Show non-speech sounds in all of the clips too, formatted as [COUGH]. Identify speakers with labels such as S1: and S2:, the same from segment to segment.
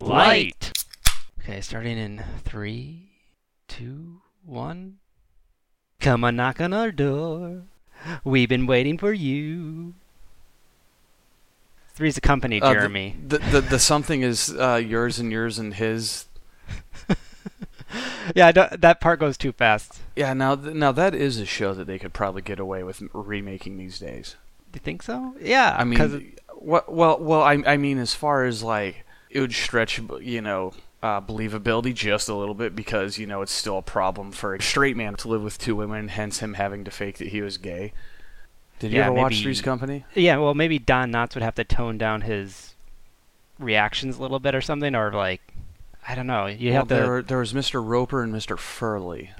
S1: light. Okay, starting in three, two, one. Come and knock on our door. We've been waiting for you. Three's a company,
S2: Uh, the-
S1: Jeremy.
S2: The, the, the, something is uh, yours and yours and his.
S1: [LAUGHS] yeah, I don't, that part goes too fast.
S2: Yeah, now th- now that is a show that they could probably get away with remaking these days.
S1: Do you think so? Yeah.
S2: I
S1: 'cause
S2: mean, what? Well, well, I I mean, as far as like it would stretch, you know, uh, believability just a little bit because you know it's still a problem for a straight man to live with two women, hence him having to fake that he was gay. Did you
S1: Yeah,
S2: ever watch
S1: maybe-
S2: Three's Company?
S1: Yeah, well, maybe Don Knotts would have to tone down his reactions a little bit or something, or like, I don't know. You
S2: well,
S1: have to.
S2: there, were- there was Mr. Roper and Mr. Furley,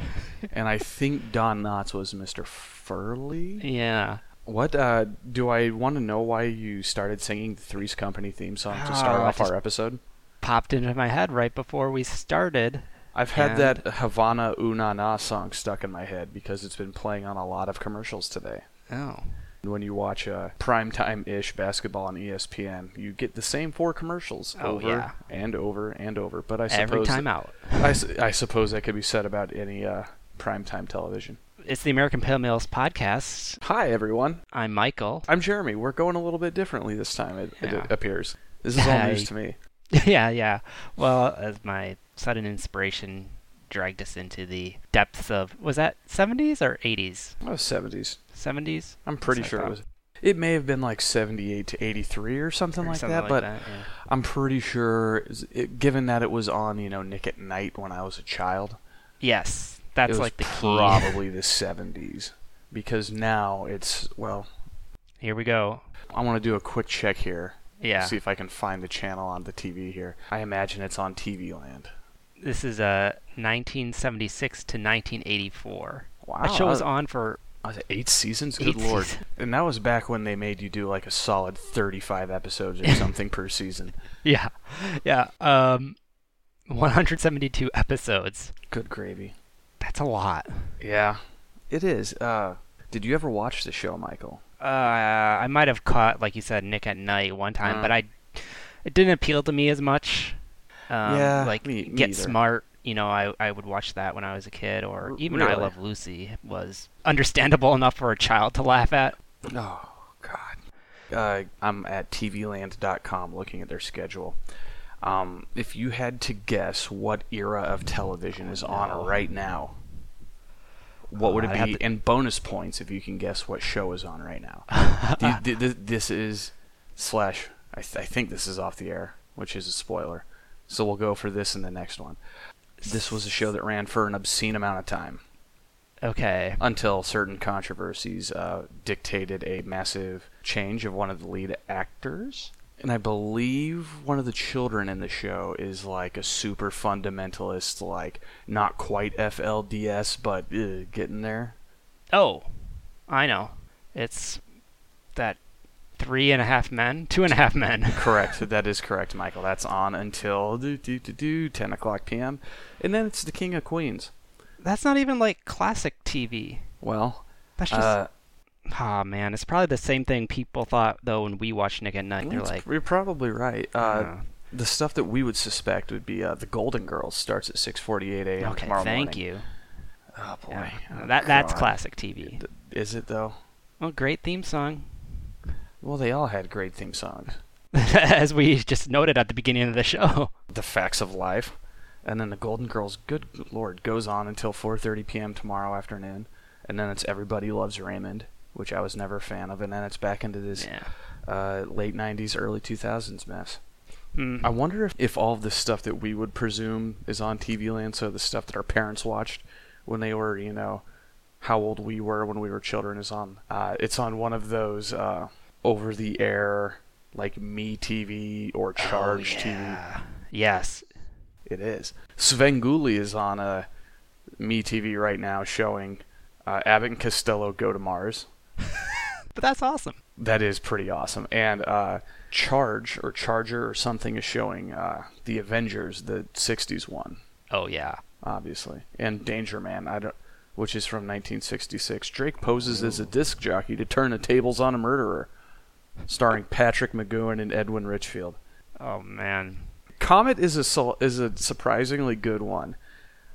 S2: and I think Don Knotts was Mr. Furley.
S1: Yeah.
S2: What uh, do I want to know? Why you started singing the Three's Company theme song to start
S1: Oh, I
S2: off
S1: just-
S2: our episode?
S1: Popped into my head right before we started.
S2: I've had
S1: And-
S2: that Havana Una Na song stuck in my head because it's been playing on a lot of commercials today.
S1: Oh.
S2: When you watch uh, primetime ish basketball on E ESPN, you get the same four commercials
S1: Oh,
S2: over
S1: yeah.
S2: and over and over. But I
S1: Every
S2: suppose
S1: time out.
S2: I, s- I suppose that could be said about any uh, primetime television.
S1: It's the American Pale Males podcast.
S2: Hi everyone,
S1: I'm
S2: [LAUGHS]
S1: Michael.
S2: I'm Jeremy. We're going a little bit differently this time. It,
S1: Yeah.
S2: it appears this is all
S1: Hi.
S2: news to me.
S1: yeah, yeah. Well, as my sudden inspiration dragged us into the depths of was that 70s or 80s?
S2: Oh, 70s.
S1: 70s?
S2: I'm pretty
S1: So I
S2: sure it
S1: thought-
S2: was. It may have been like 78 to 83 or something
S1: or
S2: like
S1: something
S2: that,
S1: like
S2: but
S1: that, yeah.
S2: I'm pretty sure, it, given that it was on, you know, Nick at Night when I was a child,
S1: yes,
S2: it
S1: that's
S2: was
S1: like the key.
S2: probably the 70s. Because now it's, well,
S1: Here we go.
S2: I want to do a quick check here.
S1: Yeah.
S2: See if I can find the channel on the TV here. I imagine it's on TV land.
S1: This is uh, 1976 to 1984. That show
S2: I-
S1: was on for
S2: I was- eight seasons?
S1: Eight
S2: Good lord.
S1: seasons.
S2: And that was back when they made you do like a solid 35
S1: [LAUGHS]
S2: episodes or something per season.
S1: [LAUGHS] yeah, yeah, um, 172 episodes.
S2: Good gravy.
S1: That's a lot.
S2: Yeah. It is. Uh, did you ever watch the show, Michael?
S1: Uh, I might have caught, like you said, Nick at Night one time,
S2: Mm.
S1: but I, it didn't appeal to me as much. Um,
S2: Yeah,
S1: like
S2: me- me
S1: Get
S2: either.
S1: Smart. You know, I I would watch that when I was a kid, or
S2: R-
S1: even I
S2: really?
S1: Love Lucy was understandable [LAUGHS] enough for a child to laugh at.
S2: Oh God. Uh, I'm at tvland.com looking at their schedule. Um, if you had to guess what era of television is on right now, what would
S1: Uh,
S2: it
S1: I'd
S2: be?
S1: have to-
S2: And bonus points if you can guess what show is on
S1: [LAUGHS]
S2: right now. Th- th- th- this is slash. I, th- I think this is off the air, which is a spoiler. So we'll go for this in the next one. This was a show that ran for an obscene amount of time
S1: Okay,
S2: until certain controversies uh, dictated a massive change of one of the lead actors. And I believe one of the children in the show is like a super fundamentalist, like not quite FLDS, but uh, getting there.
S1: Oh, I know. It's that three and a half men, two and a half men. [LAUGHS]
S2: Correct. [LAUGHS] that is correct, Michael. That's on until do, do, do, do, 10 o'clock p.m. And then it's the King of Queens.
S1: That's not even like classic TV.
S2: Well,
S1: That's just
S2: uh,
S1: ah man. It's probably the same thing people thought though when we watched Nick at Night. They're
S2: that's-
S1: like,
S2: mm, you're probably right. Uh,
S1: uh,
S2: The stuff that we would suspect would be uh, the Golden Girls starts at 6:48 a.m.
S1: okay,
S2: tomorrow
S1: thank
S2: morning.
S1: you.
S2: Oh boy,
S1: Yeah.
S2: Oh,
S1: that that's
S2: God.
S1: classic TV.
S2: Th- Is it though?
S1: Well, great theme song, [LAUGHS]
S2: Well, they all had great theme songs.
S1: as we just noted at the beginning of the show.
S2: The Facts of Life, and then the Golden Girls. Good Lord, goes on until 4:30 p.m. tomorrow afternoon, and then it's Everybody Loves Raymond, which I was never a fan of, and then it's back into this
S1: Yeah.
S2: uh, late 90s, early 2000s mess.
S1: Mm.
S2: I wonder if, if all of the stuff that we would presume is on TV land, so the stuff that our parents watched when they were, you know, how old we were when we were children is on. Uh, it's on one of those uh, over the air, like Me TV or Charge TV.
S1: Oh, yeah. Yes.
S2: It is. Svengoolie is on uh, Me TV right now showing uh, Abbott and Costello go to Mars.
S1: But that's awesome.
S2: That is pretty awesome. And uh, Charge or Charger or something is showing uh, the Avengers, the 60s one.
S1: Oh yeah.
S2: obviously, and Danger Man, I don't, which is from 1966. Drake poses as a disc jockey to turn the tables on a murderer, starring Patrick McGowan and Edwin Richfield.
S1: Oh man.
S2: Comet is a sul- is a surprisingly good one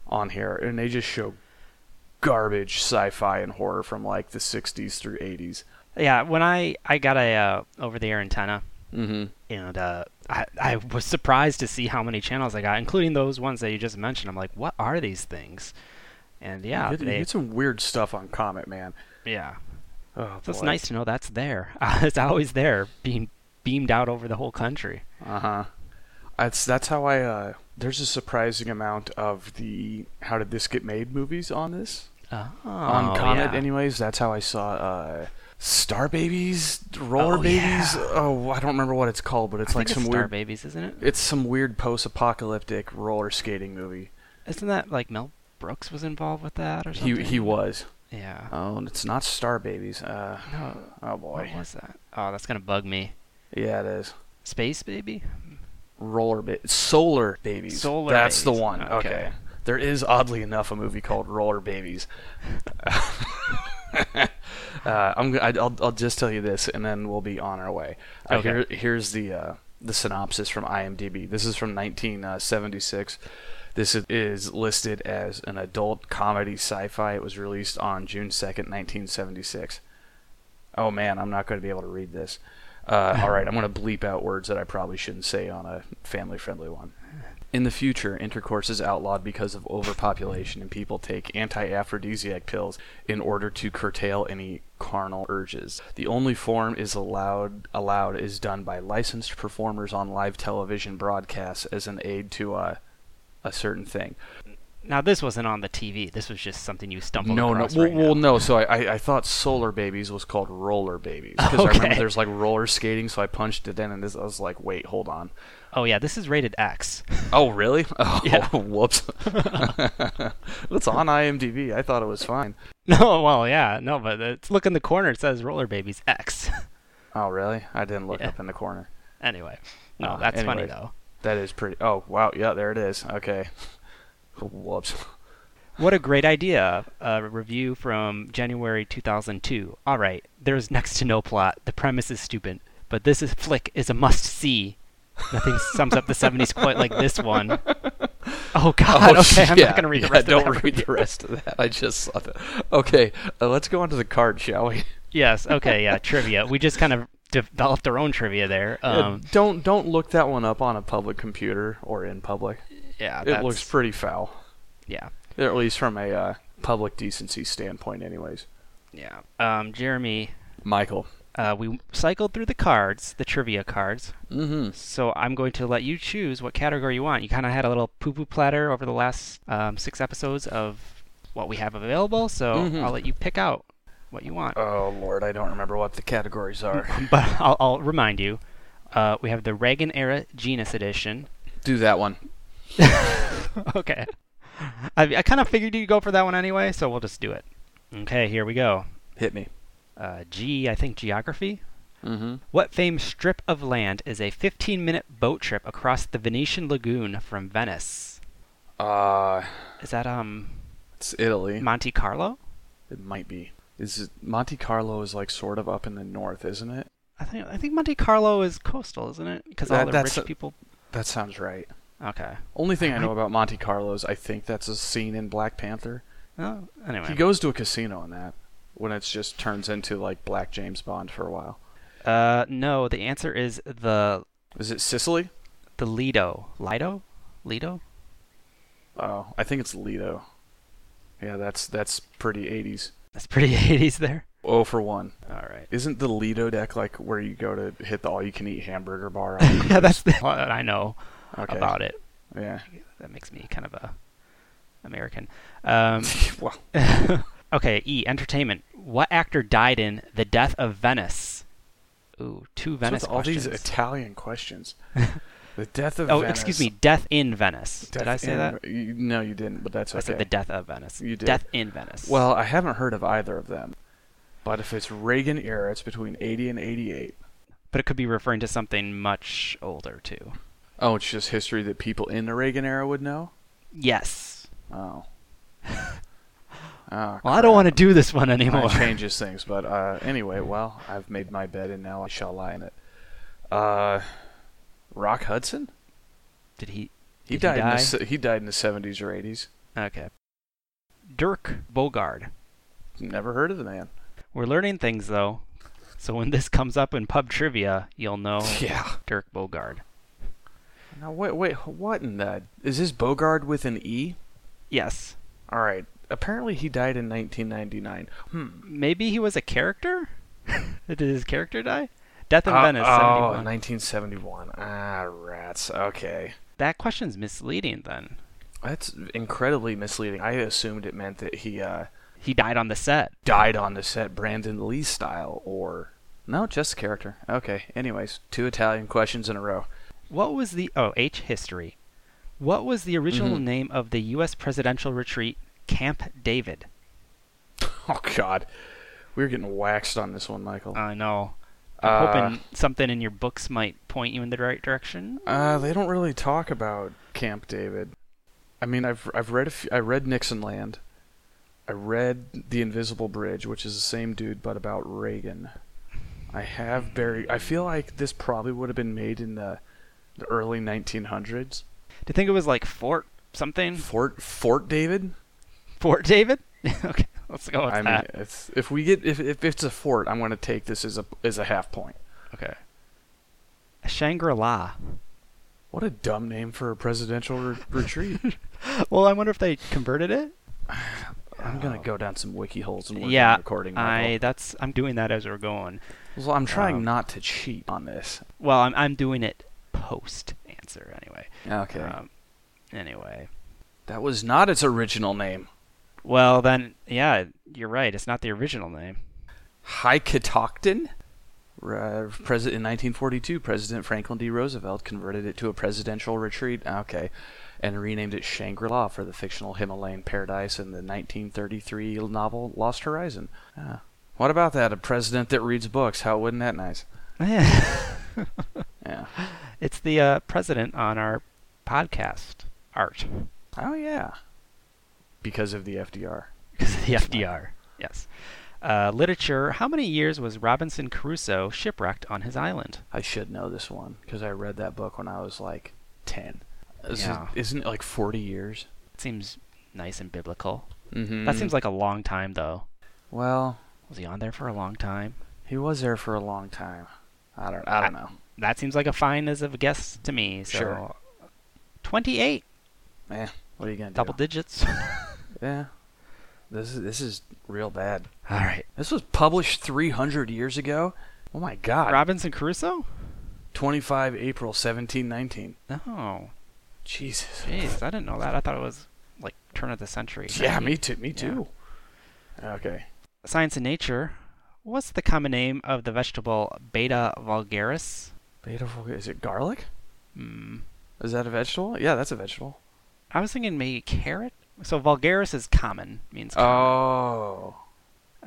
S2: on here, and they just show garbage sci-fi and horror from like the '60s through '80s.
S1: Yeah, when I I got a uh, over the air antenna,
S2: Mm-hmm.
S1: and uh, I I was surprised to see how many channels I got, including those ones that you just mentioned. I'm like, what are these things? And yeah,
S2: you, get, you
S1: they,
S2: get some weird stuff on Comet, man.
S1: yeah.
S2: Oh,
S1: So it's
S2: boy.
S1: nice to know that's there. [LAUGHS] it's always there, being beamed out over the whole country.
S2: Uh
S1: Uh-huh.
S2: huh. That's that's how I. Uh, there's a surprising amount of the "How did this get made?" movies on this
S1: Oh,
S2: on Comet.
S1: yeah.
S2: Anyways, that's how I saw uh, Star Babies, Roller
S1: Oh,
S2: Babies.
S1: yeah.
S2: Oh, I don't remember what it's called, but it's
S1: I
S2: like
S1: think
S2: some
S1: it's Star
S2: weird.
S1: Babies, isn't it?
S2: it's some weird post-apocalyptic roller skating movie.
S1: Isn't that like Mel Brooks was involved with that or something?
S2: He he was.
S1: Yeah.
S2: Oh, and it's not Star Babies. Uh,
S1: no.
S2: oh
S1: What
S2: boy.
S1: was that? Oh, that's gonna bug me.
S2: Yeah, it is.
S1: Space Baby.
S2: Roller bit solar babies.
S1: Solar
S2: That's the
S1: Babies.
S2: one. Okay.
S1: Okay.
S2: There is oddly enough a movie called Roller Babies. uh, I'm. g- I- I'll, I'll just tell you this, and then we'll be on our way. Uh,
S1: Okay.
S2: here, here's the uh, the synopsis from IMDb. This is from 1976. This is, is listed as an adult comedy sci-fi. It was released on June 2nd, 1976. Oh man, I'm not going to be able to read this. Uh, all right, I'm going to bleep out words that I probably shouldn't say on a family friendly one. In the future, intercourse is outlawed because of overpopulation, and people take anti aphrodisiac pills in order to curtail any carnal urges. The only form is allowed allowed is done by licensed performers on live television broadcasts as an aid to uh, a certain thing.
S1: Now this wasn't on the TV. This was just something you stumbled
S2: No, no,
S1: across.
S2: well,
S1: right
S2: well,
S1: now.
S2: no. So I, I, I thought Solar Babies was called Roller Babies because I
S1: Okay.
S2: remember there's like roller skating. So I punched it in, and this, I was like, wait, hold on.
S1: Oh yeah, this is rated X. [LAUGHS]
S2: Oh, really? [LAUGHS] Oh,
S1: Yeah.
S2: whoops. [LAUGHS] it's on IMDb. I thought it was fine.
S1: no, well yeah, no, but it's, look in the corner. It says Roller Babies X. [LAUGHS]
S2: Oh, really? I didn't look
S1: Yeah.
S2: up in the corner.
S1: anyway, no,
S2: Uh,
S1: that's funny
S2: anyways.
S1: though.
S2: That is pretty. Oh, wow. Yeah, there it is. Okay. [LAUGHS] Whoops.
S1: What a great idea. A review from January 2002. All right, there's next to no plot. The premise is stupid, but this is flick is a must see. Nothing sums up the 70s quite like this
S2: [LAUGHS]
S1: one. Oh god. okay, I'm
S2: yeah,
S1: not going to read
S2: yeah,
S1: the rest
S2: Don't
S1: of that.
S2: read the rest of that. I just saw that. Okay, uh, let's go on to the card, shall we? [LAUGHS]
S1: Yes, okay, yeah, trivia. We just kind of developed our own trivia there.
S2: Yeah,
S1: Um,
S2: don't don't look that one up on a public computer or in public.
S1: yeah,
S2: It
S1: that's-
S2: looks pretty foul,
S1: yeah.
S2: at least from a uh, public decency standpoint. Anyways,
S1: Yeah. Um, Jeremy,
S2: Michael.
S1: uh, we cycled through the cards, the trivia cards.
S2: Mm-hmm.
S1: So I'm going to let you choose what category you want. You kind of had a little poo-poo platter over the last um, six episodes of what we have available, so
S2: Mhm.
S1: I'll let you pick out what you want. [LAUGHS]
S2: Oh Lord, I don't remember what the categories are.
S1: But I'll, I'll remind you, uh, we have the Reagan era Genus edition.
S2: [LAUGHS] Do that one.
S1: okay. I, I kind of figured you'd go for that one anyway, so we'll just do it. Okay, here we go.
S2: Hit me.
S1: Uh, G, I think geography.
S2: Mm-hmm.
S1: What famed strip of land is a 15-minute boat trip across the Venetian lagoon from Venice?
S2: Uh,
S1: Is that um
S2: it's Italy.
S1: Monte Carlo?
S2: it might be. Is it, Monte Carlo is like sort of up in the north, isn't it?
S1: I think I think Monte Carlo is coastal, isn't it? Because all
S2: That-
S1: the
S2: that's
S1: rich
S2: a-
S1: people.
S2: That sounds right.
S1: Okay.
S2: Only thing I know
S1: I-
S2: about Monte Carlo is I think that's a scene in Black Panther.
S1: Oh, anyway.
S2: He goes to a casino in that when it's just turns into like Black James Bond for a while.
S1: uh, no. The answer is the
S2: Is it Sicily?
S1: the Lido. Lido. Lido.
S2: Oh, I think it's Lido. Yeah, that's that's pretty 80s.
S1: That's pretty [LAUGHS] 80s there.
S2: Oh for one.
S1: All right.
S2: Isn't the Lido deck like where you go to hit the all-you-can-eat hamburger bar?
S1: [LAUGHS] [LAUGHS] yeah, that's the all that I know
S2: Okay.
S1: about it.
S2: Yeah. [LAUGHS]
S1: That makes me kind of a American. Um, [LAUGHS]
S2: well,
S1: okay. E. Entertainment. What actor died in The Death of Venice? Ooh, two
S2: so
S1: Venice
S2: it's all
S1: questions.
S2: these
S1: [LAUGHS]
S2: Italian questions. the death of
S1: oh,
S2: Venice.
S1: excuse me. Death in Venice.
S2: Death
S1: Did I say
S2: in-
S1: that?
S2: you- no, you didn't. But that's
S1: I
S2: okay.
S1: said the death of Venice.
S2: You did.
S1: Death in Venice.
S2: well, I haven't heard of either of them. But if it's Reagan era, it's between 80 and 88.
S1: but it could be referring to something much older too.
S2: Oh, it's just history that people in the Reagan era would know.
S1: Yes. [LAUGHS]
S2: Oh. Oh,
S1: Well, I don't want to do this one anymore.
S2: [LAUGHS] It changes things, but uh, anyway, well, I've made my bed and now I shall lie in it. Uh, Rock Hudson?
S1: Did he?
S2: He
S1: Did
S2: died.
S1: He
S2: in
S1: die?
S2: the, se- he died in the seventies or eighties.
S1: Okay. Dirk Bogard.
S2: Never heard of the man.
S1: We're learning things though, so when this comes up in pub trivia, you'll
S2: [LAUGHS]
S1: know
S2: Yeah.
S1: Dirk Bogard.
S2: Now wait, wait. What in the? Is this Bogard with an E?
S1: Yes.
S2: All right. Apparently, he died in 1999. Hmm.
S1: Maybe he was a character. [LAUGHS] Did his character die? Death in
S2: Uh,
S1: Venice.
S2: oh,
S1: 71.
S2: 1971. Ah, rats. Okay.
S1: That question's misleading. Then
S2: That's incredibly misleading. I assumed it meant that he uh,
S1: he died on the set.
S2: died on the set, Brandon Lee style, or no, just character. Okay. Anyways, two Italian questions in a row. [LAUGHS]
S1: What was the oh H history? What was the original
S2: Mhm.
S1: name of the U.S. presidential retreat Camp David?
S2: Oh God, we're getting waxed on this one, Michael.
S1: I know. I'm hoping something in your books might point you in the right direction.
S2: Uh, they don't really talk about Camp David. I mean, I've I've read a f- I read Nixon Land. I read The Invisible Bridge, which is the same dude but about Reagan. I have Barry. I feel like this probably would have been made in the the early 1900s.
S1: Do you think it was like Fort something?
S2: Fort Fort David.
S1: Fort David? [LAUGHS] okay, let's go with
S2: I mean,
S1: that.
S2: it's, if we get if, if it's a fort, I'm going to take this as a as a half point.
S1: Okay. Shangri La.
S2: What a dumb name for a
S1: [LAUGHS]
S2: presidential re- retreat.
S1: Well, I wonder if they converted it.
S2: I'm gonna go down some wiki holes and work
S1: Oh. yeah,
S2: on recording.
S1: I
S2: Michael.
S1: that's I'm doing that as we're going.
S2: well, I'm trying
S1: um,
S2: not to cheat on this.
S1: Well, I'm I'm doing it post answer anyway.
S2: Okay,
S1: Um, anyway.
S2: that was not its original name.
S1: Well, then yeah, you're right. It's not the original [LAUGHS] name.
S2: Hykatoctin. Re- president in 1942, President Franklin D. Roosevelt converted it to a presidential retreat. Okay, and renamed it Shangri-La for the fictional Himalayan paradise in the 1933 novel Lost Horizon. Ah. What about that? A president that reads books? How wouldn't that nice? Yeah.
S1: it's the uh, president on our podcast art
S2: Oh yeah. Because of the FDR.
S1: because of the FDR. Yes. Uh, literature. How many years was Robinson Crusoe shipwrecked on his island?
S2: I should know this one because I read that book when I was like 10. This is-
S1: Yeah.
S2: isn't it like 40 years?
S1: seems nice and biblical.
S2: Mm-hmm.
S1: That seems like a long time, though.
S2: Well,
S1: Was he on there for a long time?
S2: he was there for a long time. I don't I don't know.
S1: That seems like a fine as of a guess to me. So
S2: Sure.
S1: 28,
S2: Eh, what are you going to do?
S1: double digits.
S2: Yeah. This is this is real bad.
S1: [LAUGHS] All right.
S2: This was published 300 years ago. Oh my god.
S1: Robinson Crusoe?
S2: 25 April 1719.
S1: Oh,
S2: Jesus.
S1: jeez. I didn't know that. I thought it was like turn of the century.
S2: Yeah,
S1: maybe.
S2: me too. Me too. Okay.
S1: Science and Nature. What's the common name of the vegetable Beta vulgaris?
S2: Beautiful. Is it garlic?
S1: Hmm.
S2: Is that a vegetable? Yeah, that's a vegetable.
S1: I was thinking maybe carrot. So vulgaris is common, means common.
S2: Oh.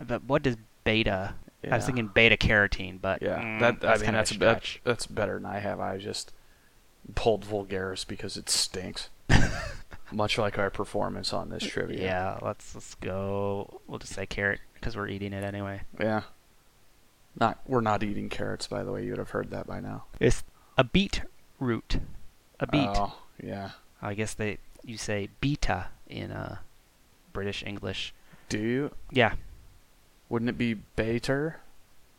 S1: But what does beta? I was
S2: Yeah.
S1: thinking beta carotene, but
S2: Yeah,
S1: mm,
S2: that
S1: that's
S2: I mean
S1: kind
S2: that's
S1: of a
S2: bet-
S1: stretch.
S2: that's better than I have. I just pulled Vulgaris because
S1: [LAUGHS]
S2: it stinks. Much like our performance on this trivia.
S1: Yeah, let's let's go. We'll just say carrot because we're eating it anyway.
S2: Yeah. Not we're not eating carrots, by the way. You would have heard that by now.
S1: It's a beet root. A beet.
S2: Oh, yeah.
S1: I guess they you say beta in uh, British English.
S2: Do you?
S1: Yeah,
S2: Wouldn't it be bater?
S1: [LAUGHS]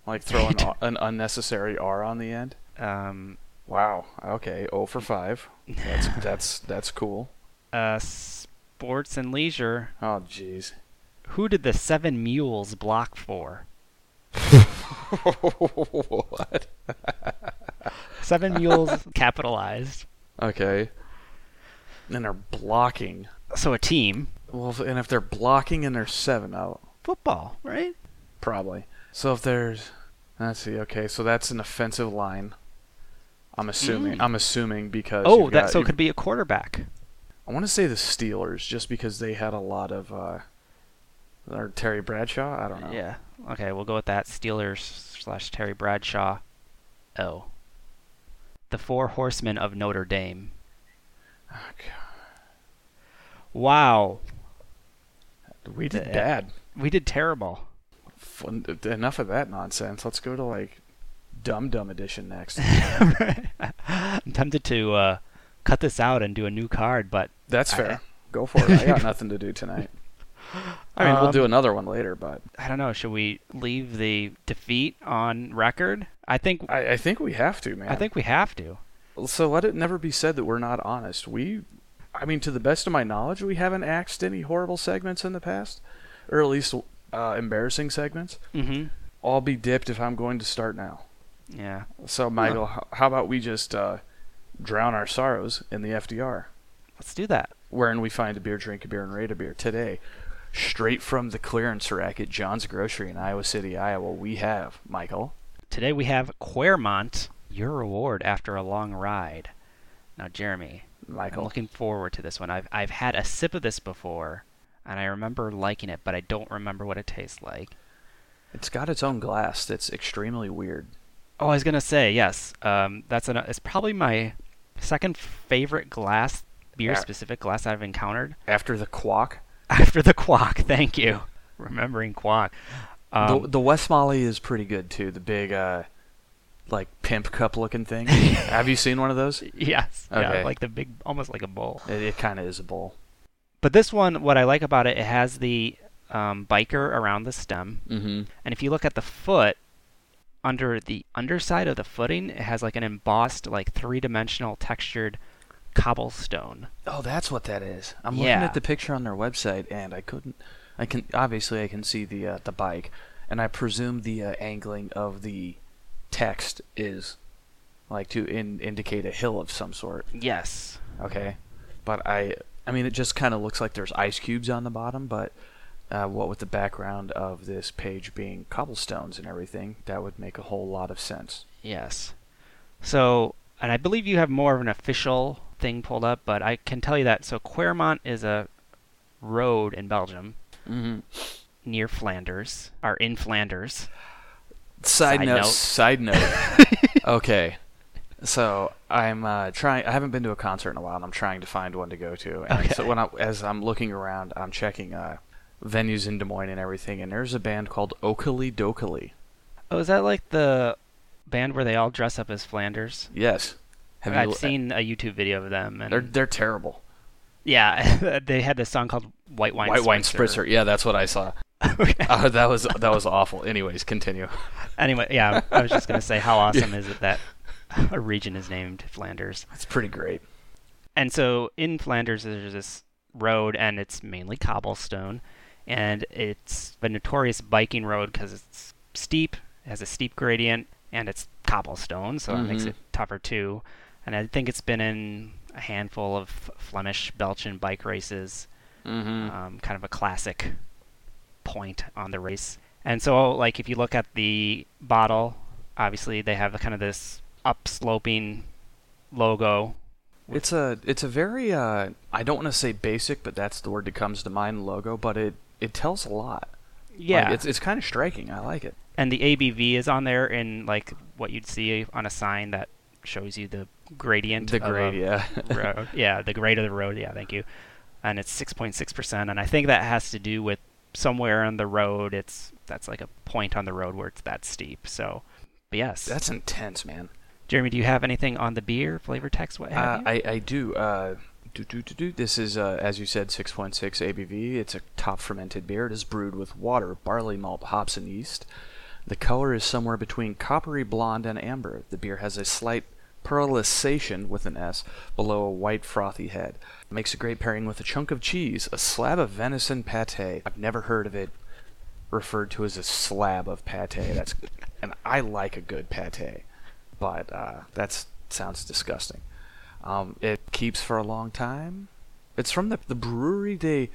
S2: Like throw an,
S1: Bater.
S2: an unnecessary r on the end.
S1: um,
S2: Wow. Okay. Oh for five.
S1: [LAUGHS]
S2: That's that's that's cool.
S1: uh, sports and leisure.
S2: Oh,
S1: [LAUGHS]
S2: jeez. [LAUGHS]
S1: Who did the seven mules block for?
S2: what?
S1: Seven mules capitalized.
S2: Okay. And they're blocking.
S1: So a team.
S2: Well, if- and if they're blocking and they're seven out,
S1: Football, right?
S2: probably. So if there's, let's see. Okay, so that's an offensive line. I'm assuming.
S1: Mm.
S2: I'm assuming because
S1: Oh,
S2: you've
S1: that
S2: got-
S1: so it
S2: you've-
S1: could be a quarterback.
S2: I want to say the Steelers, just because they had a lot of, uh, or Terry Bradshaw. I don't know.
S1: Yeah. Okay, we'll go with that. Steelers slash Terry Bradshaw. Oh. The Four Horsemen of Notre Dame.
S2: Oh,
S1: Wow.
S2: God. We did
S1: Yeah.
S2: bad.
S1: We did terrible. [LAUGHS]
S2: Fun, enough of that nonsense. Let's go
S1: [LAUGHS]
S2: to like, Dumb Dumb Edition next.
S1: I'm tempted to uh, cut this out and do a new card, but
S2: That's
S1: I-
S2: fair. Go for it. I [LAUGHS] got nothing to do tonight. I mean, we'll
S1: Um,
S2: do another one later, but
S1: I don't know. Should we leave the defeat on record? I think
S2: I, I think we have to, man.
S1: I think we have to.
S2: so. Let it never be said that we're not honest. We, I mean, to the best of my knowledge, we haven't axed any horrible segments in the past, or at least uh, embarrassing segments.
S1: hmm
S2: I'll be dipped if I'm going to start now.
S1: Yeah.
S2: So, Michael, h- how about we just uh, drown our sorrows in the FDR,
S1: Let's do that.
S2: wherein we find a beer, drink a beer, and rate a beer today, straight from the clearance rack at John's Grocery in Iowa City, Iowa. We have Michael.
S1: Today we have Quermont, your reward after a long ride. Now, Jeremy, I'm
S2: Michael.
S1: looking forward to this one. I've I've had a sip of this before, and I remember liking it, but I don't remember what it tastes like.
S2: It's got its own glass that's extremely weird.
S1: Oh, I was gonna say yes. Um, that's an. It's probably my second favorite glass beer
S2: Yeah.
S1: specific glass I've encountered
S2: After the quack,
S1: [LAUGHS] after the Quack. Thank you, remembering Quack. Um,
S2: the, the West Molly is pretty good too. The big, uh, like pimp cup looking [LAUGHS] thing. have you seen one of those? It,
S1: [LAUGHS] yes, yeah,
S2: Okay.
S1: like the big, almost like a bowl.
S2: it kind of is a bowl.
S1: But this one, what I like about it, it has the um, biker around the stem,
S2: Mm-hmm.
S1: and if you look at the foot, under the underside of the footing, it has like an embossed, like three-dimensional textured cobblestone.
S2: Oh, that's what that is. I'm
S1: Yeah.
S2: looking at the picture on their website, and I couldn't. I can obviously I can see the uh, the bike, and I presume the uh, angling of the text is like to in, indicate a hill of some sort.
S1: Yes.
S2: Okay, but I I mean it just kind of looks like there's ice cubes on the bottom, but uh, what with the background of this page being cobblestones and everything, that would make a whole lot of sense.
S1: Yes. So, and I believe you have more of an official thing pulled up, but I can tell you that. So, Quermont is a road in Belgium
S2: Mm-hmm.
S1: near Flanders, or in Flanders.
S2: Side,
S1: Side
S2: note,
S1: note.
S2: Side note. okay. So I'm uh, trying. I haven't been to a concert in a while, and I'm trying to find one to go to. And
S1: Okay.
S2: so when I, as I'm looking around, I'm checking uh, venues in Des Moines and everything. And there's a band called Oakley Dokley.
S1: Oh, is that like the band where they all dress up as Flanders?
S2: Yes. Have
S1: I've
S2: you- uh,
S1: seen a YouTube video of them, and
S2: They're they're terrible.
S1: yeah, [LAUGHS] they had this song called "White Wine."
S2: White wine
S1: Spritzer.
S2: spritzer. Yeah, that's what I saw. [LAUGHS]
S1: [LAUGHS] Okay.
S2: Oh, that was that was awful. Anyways, continue.
S1: Anyway, yeah, I was just gonna say,
S2: [LAUGHS]
S1: how awesome is it that [LAUGHS] a region is named Flanders?
S2: It's pretty great.
S1: And so in Flanders, there's this road, and it's mainly cobblestone, and it's a notorious biking road because it's steep, it has a steep gradient, and it's cobblestone, so it makes
S2: Mhm.
S1: it tougher too. And I think it's been in a handful of Flemish, Belgian bike races,
S2: Mm-hmm.
S1: um, kind of a classic point on the race. And so, like, if you look at the bottle, obviously they have kind of this upsloping logo
S2: It's a it's a very uh, I don't want to say basic, but that's the word that comes to mind. Logo, but it it tells a lot.
S1: Yeah,
S2: Like, it's it's kind of striking. I like it.
S1: and the ABV is on there in like what you'd see on a sign that shows you the gradient.
S2: The
S1: of a
S2: grade, yeah.
S1: [LAUGHS] road. yeah, the grade of the road. Yeah, thank you. And it's 6.6 percent, and I think that has to do with somewhere on the road. It's that's like a point on the road where it's that steep. So, but yes,
S2: That's intense, man.
S1: Jeremy. Do you have anything on the beer flavor text? What have
S2: Uh,
S1: you?
S2: I I do. Uh, do, do, do, do. This is, uh, as you said, 6.6 ABV. It's a top fermented beer. It is brewed with water, barley malt, hops, and yeast. The color is somewhere between coppery blonde and amber. The beer has a slight pearlization with an S below a white frothy head. Makes a great pairing with a chunk of cheese, a slab of venison pate. I've never heard of it referred to as a slab of pate. That's and I like a good pate, but uh, that sounds disgusting. Um, it keeps for a long time. It's from the, the brewery de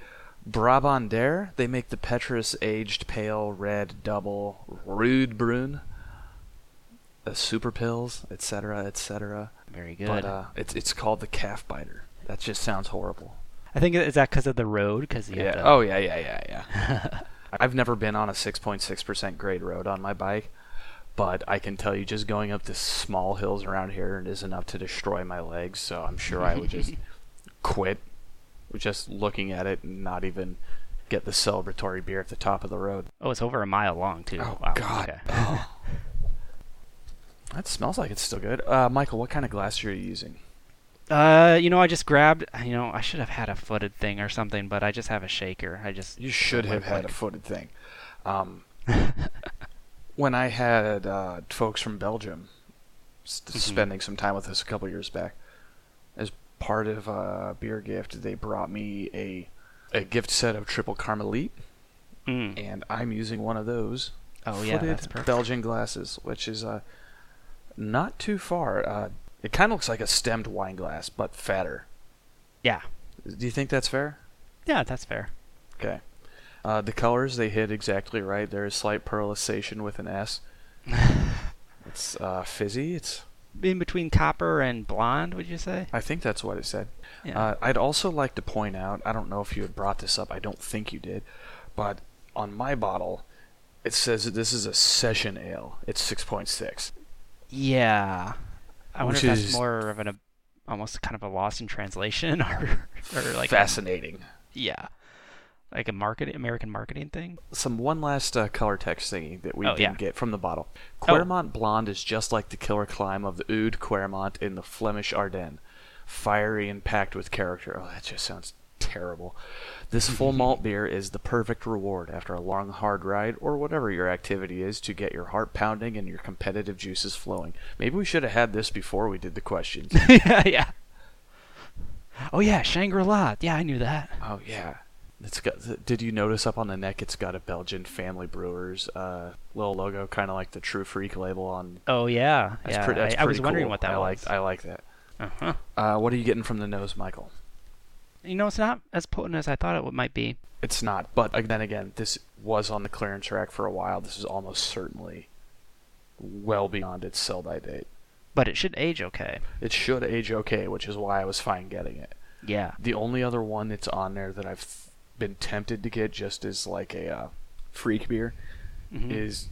S2: Brabander. They make the Petrus aged pale red double Rude Brun, uh, super pills, etc., etc.
S1: Very good.
S2: But uh, it's it's called the calf biter. That just sounds horrible.
S1: I think is that because of the road? Because
S2: Yeah.
S1: To,
S2: Oh yeah, yeah, yeah, yeah. [LAUGHS] I've never been on a 6.6% grade road on my bike, but I can tell you just going up the small hills around here is enough to destroy my legs, so I'm sure I would just quit just looking at it and not even get the celebratory beer at the top of the road.
S1: oh, it's over a mile long too.
S2: Oh,
S1: wow.
S2: God.
S1: Okay.
S2: That smells like it's still good. Uh, Michael, what kind of glass are you using?
S1: Uh, you know, I just grabbed. You know, I should have had a footed thing or something, but I just have a shaker. I just
S2: You should
S1: Like-
S2: have had a
S1: like-
S2: footed thing.
S1: [LAUGHS]
S2: Um, when I had uh, folks from Belgium s-
S1: Mm-hmm.
S2: spending some time with us a couple years back, as part of a beer gift, they brought me a a gift set of triple carmelite,
S1: Mm.
S2: and I'm using one of those
S1: Oh yeah,
S2: footed
S1: that's perfect.
S2: Belgian glasses, which is uh, not too far. Uh, it kind of looks like a stemmed wine glass, but fatter.
S1: Yeah,
S2: Do you think that's fair?
S1: yeah, that's fair.
S2: Okay. Uh, the colors they hit exactly right. There is slight pearlization with
S1: [LAUGHS]
S2: an S. it's uh, fizzy. It's
S1: In between copper and blonde, would you say?
S2: I think that's what it said.
S1: Yeah.
S2: Uh, I'd also like to point out. I don't know if you had brought this up. I don't think you did, but on my bottle, it says that this is a session ale. It's six point six.
S1: yeah. I wonder
S2: Which
S1: if that's
S2: is-
S1: more of an ab- almost kind of a loss in translation, [LAUGHS] or or like a-
S2: Fascinating.
S1: yeah, like a market American marketing
S2: [LAUGHS]
S1: thing. [LAUGHS]
S2: some one last uh, color text thingy that we
S1: Oh,
S2: didn't
S1: yeah.
S2: get from the bottle.
S1: Oh.
S2: Quermont Blonde is just like the killer climb of the Oud Quermont in the Flemish Ardennes, fiery and packed with character. Oh, that just sounds terrible.
S1: [LAUGHS]
S2: This full malt beer is the perfect reward after a long hard ride or whatever your activity is to get your heart pounding and your competitive juices flowing. Maybe we should have had this before we did the questions.
S1: yeah, yeah. Oh yeah, Shangri La. Yeah, I knew that.
S2: oh yeah. It's got. Did you notice up on the neck? It's got a Belgian family brewers uh, little logo, kind of like the True Freak label on
S1: Oh yeah,
S2: That's
S1: yeah.
S2: pretty- that's
S1: I, I was
S2: pretty
S1: wondering
S2: cool.
S1: what that
S2: I
S1: was.
S2: Like, I like that.
S1: uh-huh.
S2: Uh, what are you getting from the nose, Michael?
S1: You know, it's not as potent as I thought it would- might be.
S2: It's not, but ag- then again, this was on the clearance rack for a while. This is almost certainly well beyond its sell by date.
S1: but it should age okay.
S2: It should age okay, which is why I was fine getting it.
S1: Yeah.
S2: The only other one that's on there that I've th- been tempted to get just as like a uh, freak beer
S1: Mm-hmm.
S2: is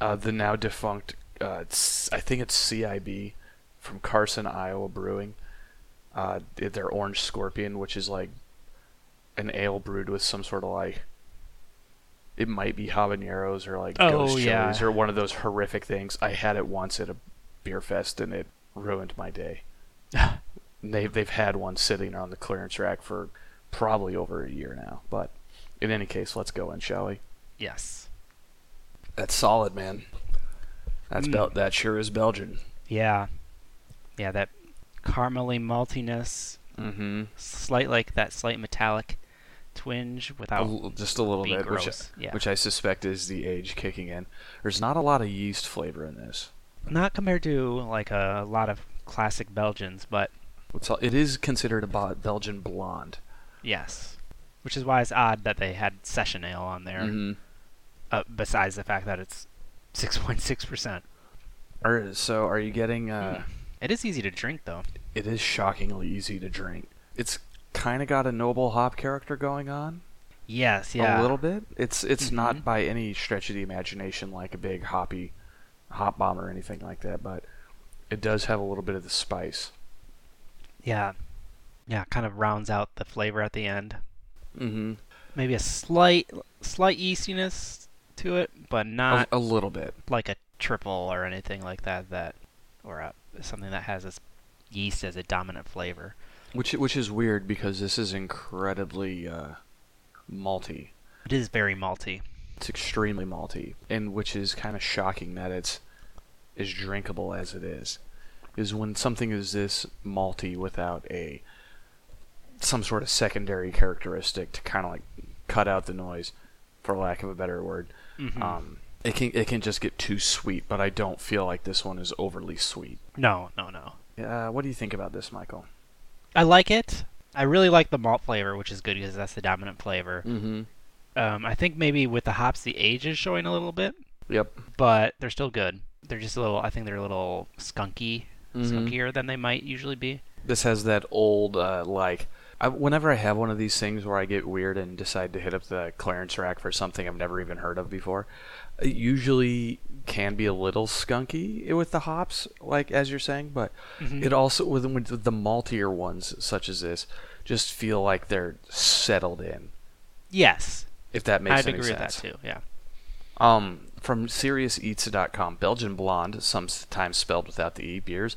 S2: uh, the now defunct, uh, it's, I think it's CIB from Carson, Iowa Brewing. Uh, it- their Orange Scorpion, which is like an ale brewed with some sort of like. It might be habaneros or like
S1: Oh,
S2: ghost
S1: yeah.
S2: chilies or one of those horrific things. I had it once at a beer fest and it ruined
S1: [LAUGHS]
S2: my day. they've they've had one sitting on the clearance rack for probably over a year now. But in any case, let's go in, shall we?
S1: Yes.
S2: That's solid, man. That's
S1: Mm.
S2: Bel- that sure is Belgian.
S1: Yeah. Yeah, that caramely maltiness,
S2: Mm-hmm.
S1: slight like that slight metallic twinge without
S2: just a little
S1: being
S2: bit, which,
S1: gross. yeah.
S2: which I suspect is the age kicking in. There's not a lot of yeast flavor in this.
S1: Not compared to like a lot of classic Belgians, but
S2: It's all, it is considered a bo- Belgian blonde.
S1: yes. Which is why it's odd that they had session ale on there,
S2: Mm-hmm.
S1: uh, besides the fact that it's 6.6%.
S2: Or- so are you getting? Uh,
S1: It is easy to drink, though.
S2: It is shockingly easy to drink. It's kind of got a noble hop character going on.
S1: Yes, yeah.
S2: a little bit. It's it's
S1: Mhm.
S2: not by any stretch of the imagination like a big hoppy hop bomb or anything like that, but it does have a little bit of the spice.
S1: Yeah. Yeah, kind of rounds out the flavor at the end.
S2: Mm-hmm.
S1: maybe a slight slight yeastiness to it, but
S2: A,
S1: not
S2: a little bit.
S1: like a triple or anything like that that or a, something that has this yeast as a dominant flavor.
S2: Which which is weird because this is incredibly uh, malty.
S1: It is very malty.
S2: It's extremely malty, and which is kind of shocking that it's as drinkable as it is. Is when something is this malty without a some sort of secondary characteristic to kind of like cut out the noise, for lack of a better word. Um, it can it can just get too sweet, but I don't feel like this one is overly sweet.
S1: No, no, no.
S2: Uh, what do you think about this, Michael?
S1: I like it. I really like the malt flavor, which is good because that's the dominant flavor.
S2: Mm-hmm.
S1: Um, I think maybe with the hops, the age is showing a little bit,
S2: Yep.
S1: but they're still good. They're just a little. I think they're a little skunky,
S2: Mm-hmm.
S1: skunkier than they might usually be.
S2: This has that old uh, like. I, whenever I have one of these things where I get weird and decide to hit up the clearance rack for something I've never even heard of before, it usually can be a little skunky with the hops, like as you're saying. But
S1: Mm-hmm.
S2: it also with, with the maltier ones such as this, just feel like they're settled in.
S1: Yes,
S2: If that makes
S1: I'd
S2: any
S1: agree with
S2: sense.
S1: that too. Yeah.
S2: Um, from SeriousEats.com, Belgian Blonde, sometimes spelled without the E, beers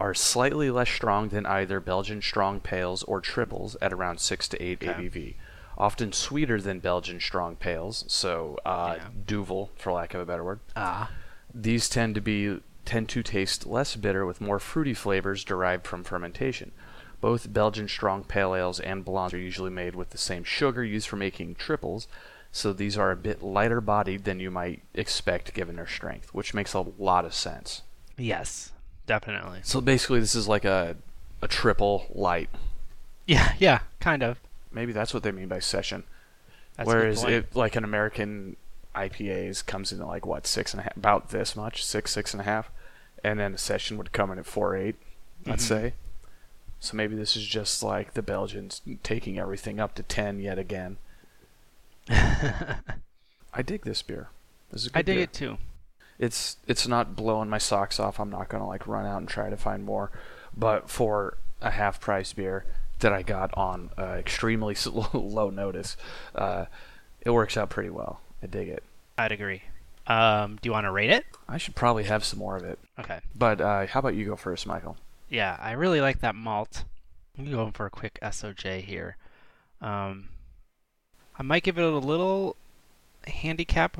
S2: are slightly less strong than either Belgian strong pales or triples at around 6 to 8
S1: Okay.
S2: ABV. Often sweeter than Belgian strong pales, so uh,
S1: Yeah.
S2: Duvel, for lack of a better word.
S1: Ah.
S2: These tend to be tend to taste less bitter with more fruity flavors derived from fermentation. Both Belgian strong pale ales and blondes are usually made with the same sugar used for making triples, so these are a bit lighter bodied than you might expect given their strength, which makes a lot of sense.
S1: Yes. Definitely.
S2: So basically this is like a a triple light.
S1: Yeah. Yeah. Kind of.
S2: Maybe that's what they mean by session.
S1: That's a good
S2: Whereas
S1: point.
S2: it like an American IPAs comes in at like what six and a half, about this much, six six and a half, and then a session would come in at four eight, let's
S1: Mhm.
S2: say. So maybe this is just like the Belgians taking everything up to ten
S1: [LAUGHS]
S2: yet again. I dig this beer. This is a good
S1: I dig
S2: beer.
S1: it too.
S2: It's it's not blowing my socks off. I'm not gonna like run out and try to find more, but for a half price beer that I got on uh, extremely [LAUGHS] s- low notice, uh, it works out pretty well. I dig it.
S1: I'd agree. Um, do you want to rate it?
S2: I should probably have some more of it.
S1: Okay.
S2: But uh, how about you go first, Michael?
S1: Yeah, I really like that malt. I'm going for a quick SOJ here. Um, I might give it a little handicap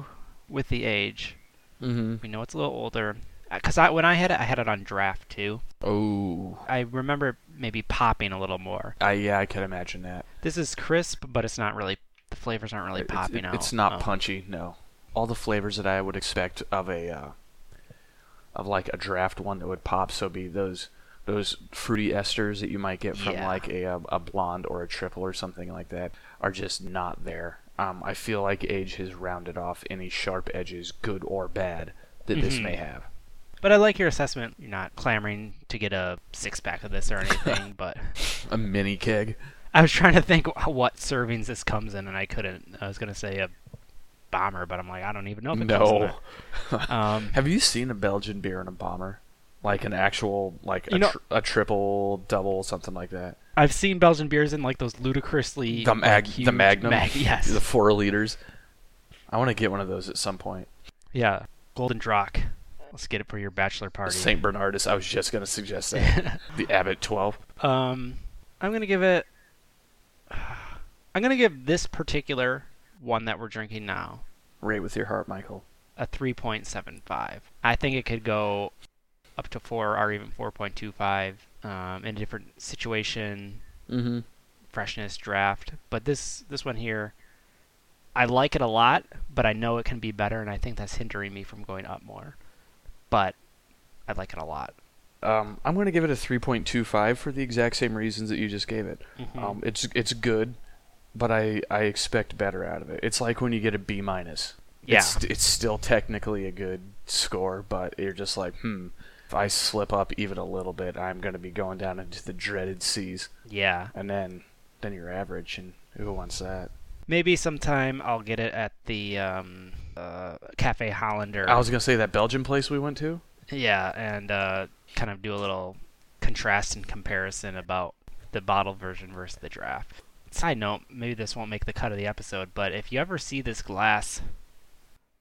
S1: with the age.
S2: Mm-hmm.
S1: We know it's a little older. Because I, when I had it, I had it on draft too.
S2: Oh,
S1: I remember it maybe popping a little more.
S2: I yeah, I can imagine that.
S1: This is crisp, but it's not really, the flavors aren't really
S2: It- it's-
S1: popping
S2: it-
S1: out.
S2: It's not
S1: Um,
S2: punchy. No, all the flavors that I would expect of a uh, of like a draft one that would pop. So be those those fruity esters that you might get from
S1: Yeah.
S2: like a uh, a blonde or a triple or something like that are just not there. Um, I feel like age has rounded off any sharp edges, good or bad, that this
S1: Mhm.
S2: may have.
S1: But I like your assessment. You're not clamoring to get a six pack of this
S2: [LAUGHS]
S1: or anything, but.
S2: A mini keg.
S1: I was trying to think wh- what servings this comes in, and I couldn't. I was gonna say a bomber, but I'm like, I don't even know if it comes in
S2: No. [LAUGHS]
S1: that. Um,
S2: Have you seen a Belgian beer in a bomber? Like an actual, like
S1: You
S2: a,
S1: know-
S2: tr- a triple, double, something like that.
S1: I've seen Belgian beers in like those ludicrously
S2: The
S1: like,
S2: mag, the
S1: huge
S2: Magnum,
S1: mag- [LAUGHS] yes,
S2: the four liters. I want to get one of those at some point.
S1: yeah, golden drock. Let's get it for your bachelor party.
S2: Saint Bernardus. I was just gonna
S1: [LAUGHS]
S2: suggest that. the Abbott twelve.
S1: Um, I'm gonna give it. [SIGHS] I'm gonna give this particular one that we're drinking now
S2: Rate with your heart, Michael.
S1: a 3.75. I think it could go up to four or even 4.25 um, in a different situation.
S2: Mm-hmm.
S1: freshness draft. But this this one here, I like it a lot, but I know it can be better, and I think that's hindering me from going up more. But I like it a lot.
S2: Um, I'm gonna give it a three point two five for the exact same reasons that you just gave it.
S1: Mm-hmm.
S2: Um, it's it's good, but I I expect better out of it. It's like when you get a B minus.
S1: yeah,
S2: It's, it's still technically a good score, but you're just like, hmm, if I slip up even a little bit, I'm going to be going down into the dreaded seas.
S1: yeah.
S2: And then then you're average, and who wants that?
S1: Maybe sometime I'll get it at the um, uh, Cafe Hollander.
S2: I was going to say that Belgian place we went to?
S1: Yeah, and uh, kind of do a little contrast and comparison about the bottle version versus the draft. Side note, maybe this won't make the cut of the episode, but if you ever see this glass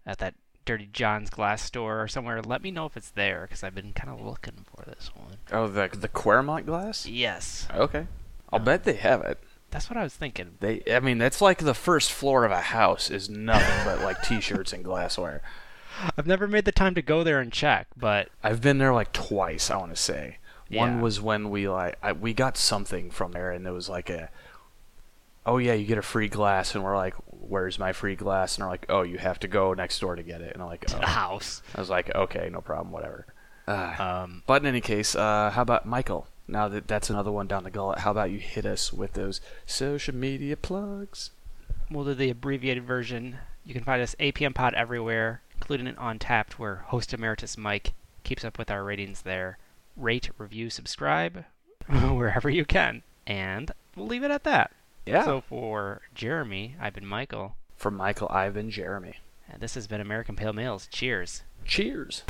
S1: at that Dirty John's glass store or somewhere, let me know if it's there because I've been kind of looking for this one.
S2: Oh, the, the Quermont glass?
S1: Yes,
S2: Okay. I'll bet they have it.
S1: that's what I was thinking.
S2: They, I mean, that's like the first floor of a house is nothing but like [LAUGHS] t-shirts and glassware.
S1: I've never made the time to go there and check, but
S2: I've been there like twice. I want to say one
S1: Yeah.
S2: was when we like I, we got something from there, and it was like a, oh yeah, you get a free glass, and we're like, where's my free glass? And they're like, oh, you have to go next door to get it. And I'm like,
S1: to the
S2: [LAUGHS] oh.
S1: house.
S2: I was like, okay, no problem, whatever. Uh,
S1: Um,
S2: but in any case, uh, how about Michael? Now that that's another one down the gullet, how about you hit us with those social media plugs?
S1: we'll do the abbreviated version. You can find us APM Pod everywhere, including it on Tapped, where host emeritus Mike keeps up with our ratings there. Rate, review, subscribe [LAUGHS] wherever you can, and we'll leave it at that.
S2: Yeah.
S1: So for Jeremy, I've been Michael,
S2: From Michael, Ivan, Jeremy.
S1: and this has been American Pale Males. Cheers.
S2: Cheers.